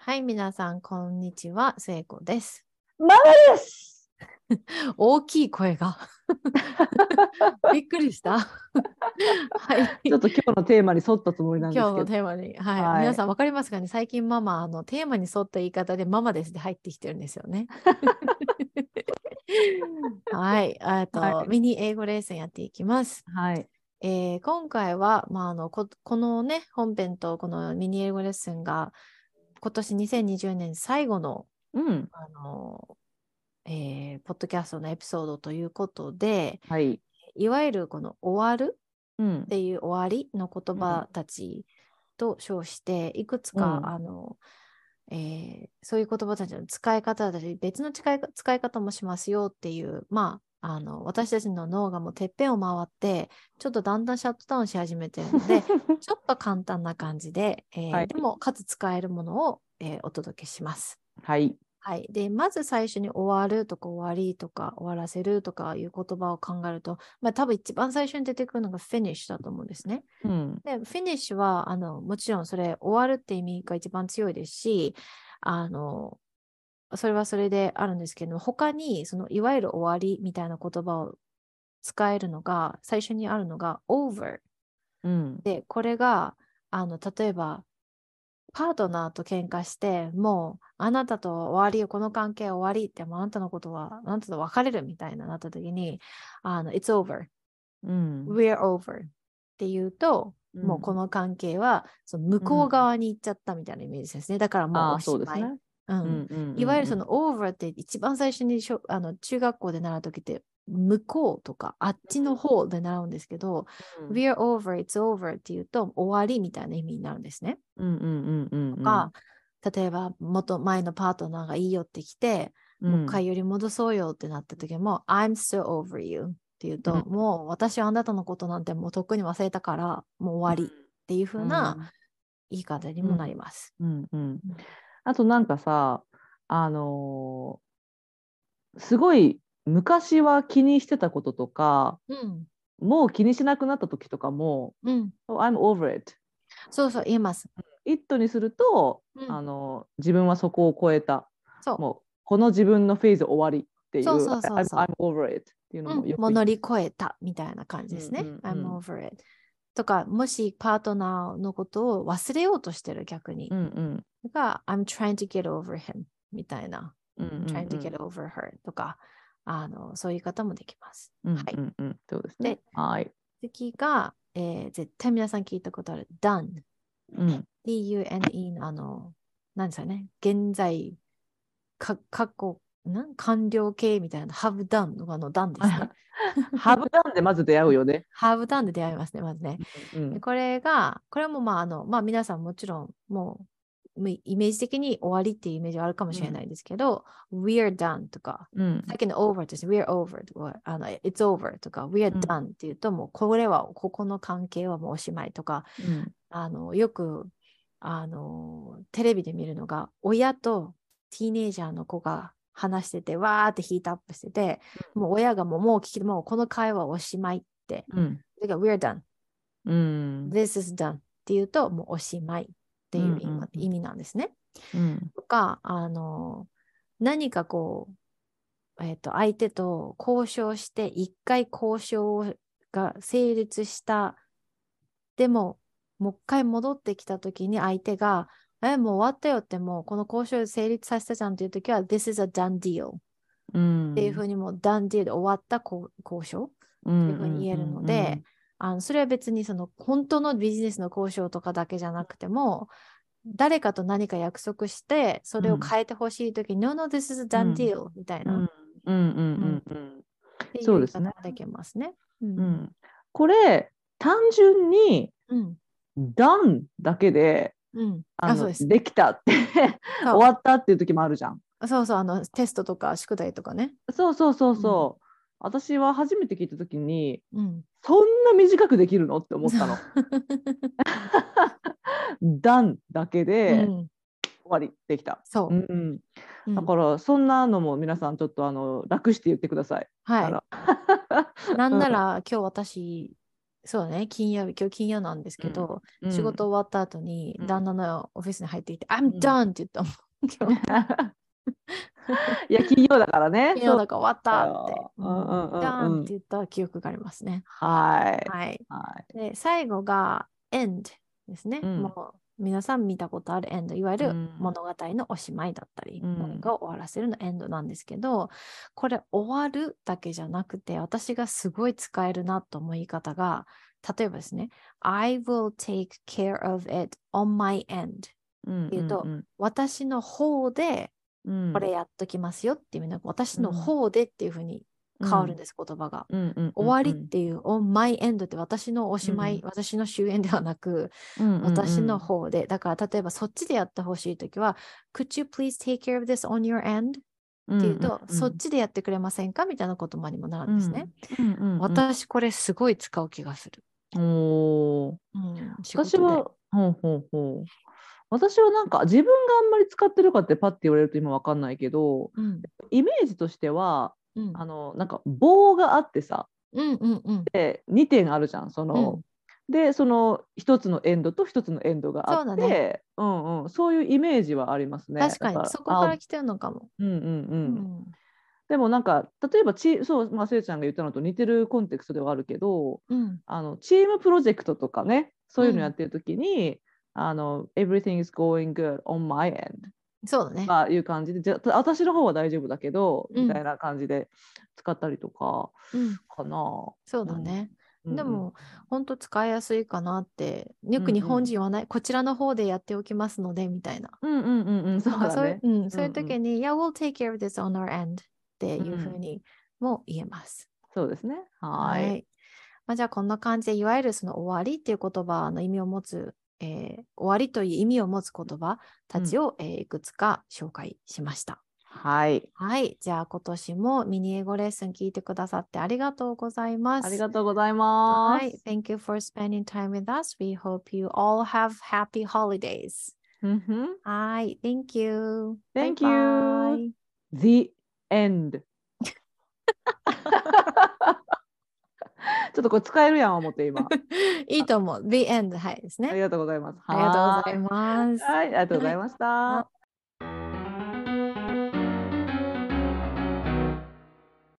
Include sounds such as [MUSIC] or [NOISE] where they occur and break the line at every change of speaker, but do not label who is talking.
はい、皆さん、こんにちは、聖子
[LAUGHS]
です。
ママです
大きい声が。 [LAUGHS] びっくり
[LAUGHS]
した。はい。
ちょっと今日のテーマに沿ったつもりなん
今日
ですけ
の
ど。
テーマに、はい、
はい
皆さんわかりますかね最近ママ、あの、テーマに沿った言い方でママですで入ってきてるんですよ
[LAUGHS]
ね。はい、えっと、
はい
ミニ英語レッスンやっていきます。
はい。
えー今回は、まあ、あのここのね本編とこのミニ英語レッスンが今年2020年最後の
うん。
あの、えーポッドキャストのエピソードということで
はい。
いわゆるこの「終わる」
うん
っ。ていう「終わり」の言葉たちと称していくつか、
うん
あのえーそういう言葉たちの使い方だったり別の使い使い方もしますよっていうまああの私たちの脳がもうてっぺんを回ってちょっとだんだんシャットダウンし始めてるの
[LAUGHS]
でちょっと簡単な感じで、えー
はい
でもかつ使えるものを、えーお届けします。
はい。
はい、でまず最初に終わるとか終わりとか終わらせるとかいう言葉を考えると、まあ、多分一番最初に出てくるのが finish だと思うんですね。
うん。
で finish はあのもちろんそれ終わるって意味が一番強いですしあのそれはそれであるんですけど他にそのいわゆる終わりみたいな言葉を使えるのが最初にあるのが over
うん。
でこれがあの例えばパートナーと喧嘩してもうあなたと終わりよこの関係は終わりってもうあなたのことはあなたと別れるみたいななった時にあの It's over
うん。
we're over って言うと、もうこの関係はその向こう側に行っちゃったみたいなイメージですね、だからも
あ
うお
あ、
し
そうです
まい、
ね。
うん
うん
いわゆるそ、の over って一番最初にしょあの中学校で習う時って向こうとかあっちの方で習うんですけど、
うん
We're over, it's over って言うと終わりみたいな意味になるんですね。
うんうんうんうん。と
が、、例えば元前のパートナーがいいよってきて、もう一回より戻そうよってなった時も、I'm still over you って言うと、
うん
もう私はあなたのことなんてもうとっくに忘れたからもう終わりっていう風な言い方にもなります。
うん。うんうん。あとなんかさ、あのー、すごい昔は気にしてたこととか、
うん、
もう気にしなくなった時とかも、
うん、
Oh, I'm over it.
そうそう言えます。
it にすると、
うん
あの自分はそこを超えた
そう
もうこの自分のフェーズ終わりっていう
そうそうそうそう
I'm, I'm over it っていうのも
うん
よく
もう乗り越えたみたいな感じですね。
うんうんう
I'm
ん
over it とかもしパートナーのことを忘れようとしてる逆に。
うんうん
が、I'm trying to get over him みたいな、
うんうんうん
trying to get over her とか、あのそういう言い方もできます。
うん
はい
うんうんそうですね
で
はい
次が、えー絶対皆さん聞いたことある done。
うん、
D-U-N-E のあの、何ですかね、現在、か過去、なん完了形みたいな、have done のあの done ですね。
ハブダンでまず出会うよね。
have done で出会いますね、まずね。
うん
でこれが、これもまあ、あの、まあ皆さんもちろん、もう、むイメージ的に終わりっていうイメージはあるかもしれないですけど、we're done とか、
うん
さっきの over として we're over とかあの it's over とか we're
うん
done っていうと、もうこれはここの関係はもうおしまいとか
うん
あのよくあのテレビで見るのが親とティーネイジャーの子が話しててわーってヒートアップしてて、もう親がもうもう聞きもうこの会話はおしまいって
うん
それが we're done
うん
this is done っていうともうおしまいっていう意味,、
うんうんうん
意味なんですね。
うん
とか、あの、何かこう、えっ、と、相手と交渉して、一回交渉が成立した、でも、もう一回戻ってきたときに相手が、え、もう終わったよって、もうこの交渉成立させたじゃんっていうときは、This is a done deal
うん
っていうふうにもう done deal で終わった交交渉
に
っていうふうに言えるので、あのそれは別にその本当のビジネスの交渉とかだけじゃなくても誰かと何か約束してそれを変えてほしい時に、No, no, this is a
う
done
ん
deal、みたい
うん
な、っ
うんうんうんうん
てい
そうう
言
で
い
す
方
ね
ができますね。う
うんうんんこれ単純に
うん
ダンだけで
うん、
あ
あ
の
そうです
できたって
そう
終わったっていう時もあるじゃん。
そうそうあのテストとか宿題とかね。
そうそうそうそう。私は初めて聞いた時に
うん、
そんな短くできるのって
[LAUGHS]
思ったの。ダンだけ
う
で終
ん、
わりできた。
そうう、
んうん、
うん
だからそんなのも皆さんちょっとあの楽して言ってください。あ
は
の
い、なんなら今日私そうね、金曜日、今日金曜なんですけど、
うん
仕事終わった後に
うん
旦那のオフィスに入ってきて、
ん
I'm done! って言ったもん。今日
[LAUGHS] いや金曜だからね。
金曜
[LAUGHS] そう
だから終わったって。
うんうんうんうん
done! って言った記憶がありますね。
はい
はい。
は
で、最後が end ですね。
うん
もう皆さん見たことある end、いわゆ
う
る
ん
物語のおしまいだったり、
うん
何かを終わらせるの end なんですけど、これ終わるだけじゃなくて、私がすごい使えるなと思う言い方が、例えばですね、I will take care of it on my end。
い。ん
言うと
ん
私の方で
うん
これやっときますよっていう意味の、私の
うん
方でっていうふうに変わるんです、言葉が。
うんうんうんうん
終わりっていう、on my end って私のおしまい、
うん
私の終焉ではなく、
うんうんうん
私の方で。だから、例えばそっちでやってほしいときは、Could you please take care of this on your end? っていうと、そっちでやってくれませんかみたいなこともにもなるんですね。。
うんうんうんうんうん
私、これすごい使う気がする。
おー
うん、仕事で
私は、ほうほうほう。私はなんか自分があんまり使ってるかってパッて言われると今わかんないけど
うん
イメージとしては
うん
あのなんか棒があってさ
うんうんうん
で2点あるじゃんその、でその1つのエンドと1つのエンドがあ
そうだ
って
ね
うんうん、そういうイメージはありますね
確か
だ
に、
ら
そこか
あ
ら来てるのかも。
うんうんう
うんん
でもなんか例えばチそう、まあ、せいちゃんが言ったのと似てるコンテクストではあるけど
うん
あのチームプロジェクトとかねそういう
うん
のやってる時に、あの Everything is going good on my end
そうだね。
まあいう感じでじゃあ私の方は大丈夫だけど、
うん
みたいな感じで使ったりとか
うん、
かな。
そうだね。
うんうん
でも、本当使いやすいかなって、よ
うんう
く
ん
日本人はない、こちらの方でやっておきますので、みたいな。
うんうんうんうんそう
なんか
だね。
そういううん、そういう
うんうん
時に、いや we'll take care of this on our end っていうふ
う
うんにも言えます。
そうですね。はい。
まあ、じゃあ、こんな感じで、いわゆるその終わりっていう言葉の意味を持つ、えー終わりという意味を持つ言葉たちを、えーいくつか紹介しました。
はい。
はい。じゃあ、今年もミニ英語レッスン聞いてくださってありがとうございます。
ありがとうございます。
Hi, thank you for spending time with us. We hope you all have happy holidays.
うんふん
Hi, thank you.
Thank
Bye-bye.
you. The end. [LAUGHS] ちょっとこれ使えるやん思って [LAUGHS] 今。
[LAUGHS] いいと思う。The end. はいです
あり
ね。
がとうございます。
ありがとうございます。
はい、ありがとうございました。
はい